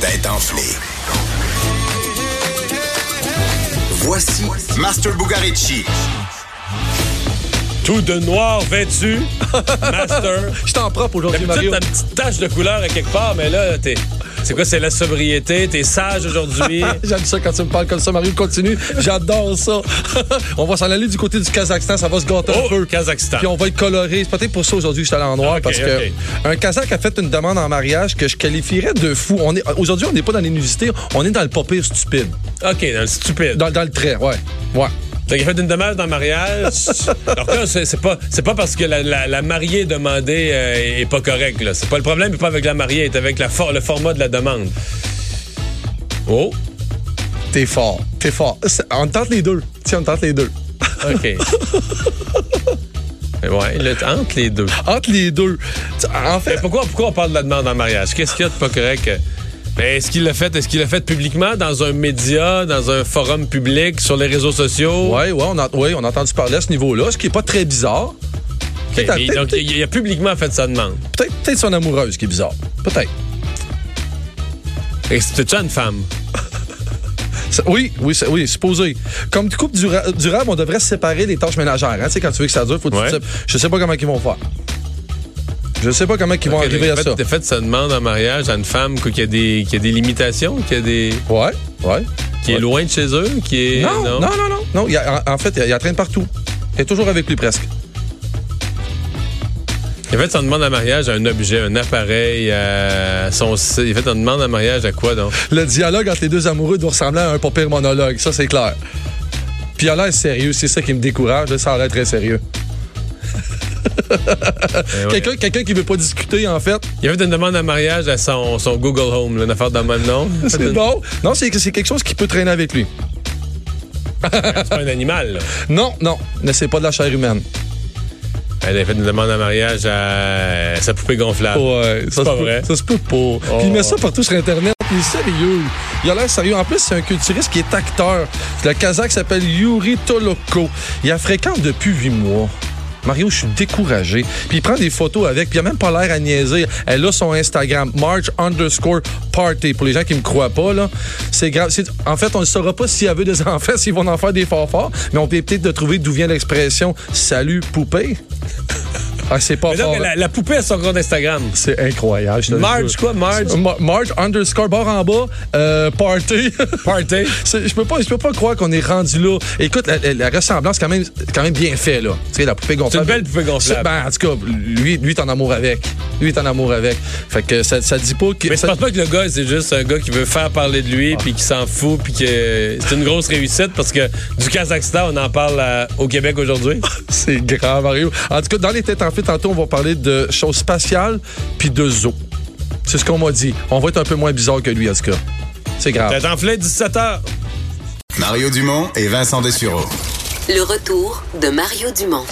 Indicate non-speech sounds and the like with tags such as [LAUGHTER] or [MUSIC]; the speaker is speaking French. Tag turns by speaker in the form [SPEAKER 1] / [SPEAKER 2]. [SPEAKER 1] tête enflée. Voici Master Bugarici.
[SPEAKER 2] Tout de noir vêtu, Master.
[SPEAKER 3] Je t'en propre aujourd'hui,
[SPEAKER 2] D'habitude,
[SPEAKER 3] Mario.
[SPEAKER 2] t'as une petite tache de couleur à quelque part, mais là, t'es. C'est quoi, c'est la sobriété? T'es sage aujourd'hui?
[SPEAKER 3] J'aime ça quand tu me parles comme ça, Mario. Continue. J'adore ça. [LAUGHS] on va s'en aller du côté du Kazakhstan. Ça va se gâter un
[SPEAKER 2] oh,
[SPEAKER 3] peu.
[SPEAKER 2] Kazakhstan.
[SPEAKER 3] Puis on va être coloré. C'est peut-être pour ça aujourd'hui que je suis allé en noir.
[SPEAKER 2] Ah, ok,
[SPEAKER 3] parce que
[SPEAKER 2] ok.
[SPEAKER 3] un Kazakh a fait une demande en mariage que je qualifierais de fou. On est, aujourd'hui, on n'est pas dans l'inusité. On est dans le pas pire stupide.
[SPEAKER 2] OK, dans le stupide.
[SPEAKER 3] Dans, dans le trait, ouais. Ouais.
[SPEAKER 2] Fait qu'il a fait une demande en mariage. Alors que là, c'est c'est pas, c'est pas parce que la, la- la mariée demandée euh, est pas correcte. là. C'est pas le problème, il est pas avec la mariée, c'est avec la for- le format de la demande. Oh,
[SPEAKER 3] T'es fort. T'es fort. C'est- On tente les deux. Tiens, on tente les deux.
[SPEAKER 2] OK. ouais, là, t'es entre les deux.
[SPEAKER 3] Entre les deux. Tu- En fait,
[SPEAKER 2] Mais pourquoi, pourquoi on parle de la demande en mariage? Qu'est-ce qu'il y a de pas correct? euh? Ben, est-ce qu'il l'a fait? Est-ce qu'il l'a fait publiquement dans un média, dans un forum public, sur les réseaux sociaux?
[SPEAKER 3] Oui, ouais, on a, ouais, on a entendu parler à ce niveau-là, ce qui est pas très bizarre.
[SPEAKER 2] Ok,
[SPEAKER 3] Peut-être-
[SPEAKER 2] mais donc, il il a publiquement fait sa demande.
[SPEAKER 3] Peut-être peut-être son amoureuse qui est bizarre. Peut-être.
[SPEAKER 2] Fait que C'était-tu à une femme?
[SPEAKER 3] Ça- Oui, oui, ça- oui, supposé. Comme tu coupes dura- durable, on devrait se séparer des tâches ménagères. hein. Tu sais, quand tu veux que ça dure, faut que tu
[SPEAKER 2] Ouais.
[SPEAKER 3] te sép- Je sais pas comment ils vont faire. Je sais pas comment ils vont
[SPEAKER 2] Ok,
[SPEAKER 3] arriver
[SPEAKER 2] donc,
[SPEAKER 3] à
[SPEAKER 2] en fait,
[SPEAKER 3] ça.
[SPEAKER 2] T'as fait sa demande en mariage à une femme quoi, qui, a des, qui a des limitations, qui, a des,
[SPEAKER 3] Ouais, ouais.
[SPEAKER 2] qui
[SPEAKER 3] Ouais.
[SPEAKER 2] est loin de chez eux, qui est...
[SPEAKER 3] Non, non, non, non. non. il y a- en, en fait, il y a- il y a traîne partout. Il est toujours avec lui presque.
[SPEAKER 2] Il a fait sa demande en mariage à un objet, un appareil, à son... site. Il a fait sa demande en mariage à quoi,
[SPEAKER 3] [LAUGHS]
[SPEAKER 2] donc?
[SPEAKER 3] Le dialogue entre les deux amoureux doit ressembler à un pas pire monologue, ça c'est clair. Puis il a l'air sérieux, c'est ça qui me décourage, là, ça a l'air très sérieux.
[SPEAKER 2] Eh ouais.
[SPEAKER 3] Quelqu'un quelqu'un qui veut pas discuter,
[SPEAKER 2] [LAUGHS]
[SPEAKER 3] en fait,
[SPEAKER 2] Il a fait une demande en mariage à son, son Google Home, là, une affaire d'un même
[SPEAKER 3] [LAUGHS]
[SPEAKER 2] nom.
[SPEAKER 3] c'est non. Non, c'est c'est quelque chose qui peut traîner avec lui.
[SPEAKER 2] C'est pas un animal, là.
[SPEAKER 3] Non, non, mais c'est pas de la chair humaine.
[SPEAKER 2] Elle a fait une demande en mariage à sa poupée gonflable.
[SPEAKER 3] Ouais, euh, ça
[SPEAKER 2] pas
[SPEAKER 3] se peut-
[SPEAKER 2] vrai. Oh.
[SPEAKER 3] Ça se peut pas. Puis il met ça partout sur Internet. Il est sérieux. Il a l'air sérieux. En plus, c'est un culturiste qui est acteur. Le Kazakh s'appelle Yuri Toloko. Il a fréquente depuis huit mois. Mario, je suis découragé. Puis il prend des photos avec. Puis il a même pas l'air à niaiser. Elle a son Instagram, March underscore party. Pour les gens qui me croient pas, là, c'est grave. C'est- En fait, on ne saura pas s'il y avait des [LAUGHS] enfants, s'ils vont en faire des forts mais on peut peut-être de trouver d'où vient l'expression salut poupée. Ah, c'est pas
[SPEAKER 2] Mais non,
[SPEAKER 3] fort.
[SPEAKER 2] mais
[SPEAKER 3] hein.
[SPEAKER 2] la, la poupée a son compte Instagram.
[SPEAKER 3] C'est incroyable. je te le
[SPEAKER 2] Marge,
[SPEAKER 3] jure.
[SPEAKER 2] quoi, Marge?
[SPEAKER 3] Ma- Marge underscore barre en bas, euh, party. [LAUGHS]
[SPEAKER 2] Party.
[SPEAKER 3] C'est- Je peux pas, je peux pas croire qu'on est rendu là. Écoute, la, la- la ressemblance quand même, quand même bien fait là. Tu sais, la poupée gonflable.
[SPEAKER 2] C'est une belle poupée gonflable.
[SPEAKER 3] C'est- Ben, en tout cas, lui, lui est en amour avec. Lui est en amour avec. Fait que ça, ça dit pas que.
[SPEAKER 2] Mais je
[SPEAKER 3] ça-
[SPEAKER 2] pense pas que le gars, c'est juste un gars qui veut faire parler de lui, puis qui s'en fout, puis que c'est une grosse réussite parce que du Kazakhstan, on en parle à- au Québec aujourd'hui.
[SPEAKER 3] [LAUGHS] C'est grave, Mario. En tout cas, dans les têtes en fait, tantôt, on va parler de choses spatiales puis de zoo. C'est ce qu'on m'a dit. On va être un peu moins bizarre que lui, en tout cas. C'est grave.
[SPEAKER 2] T'es enflé 17h.
[SPEAKER 1] Mario Dumont et Vincent Dessureau.
[SPEAKER 4] Le retour de Mario Dumont.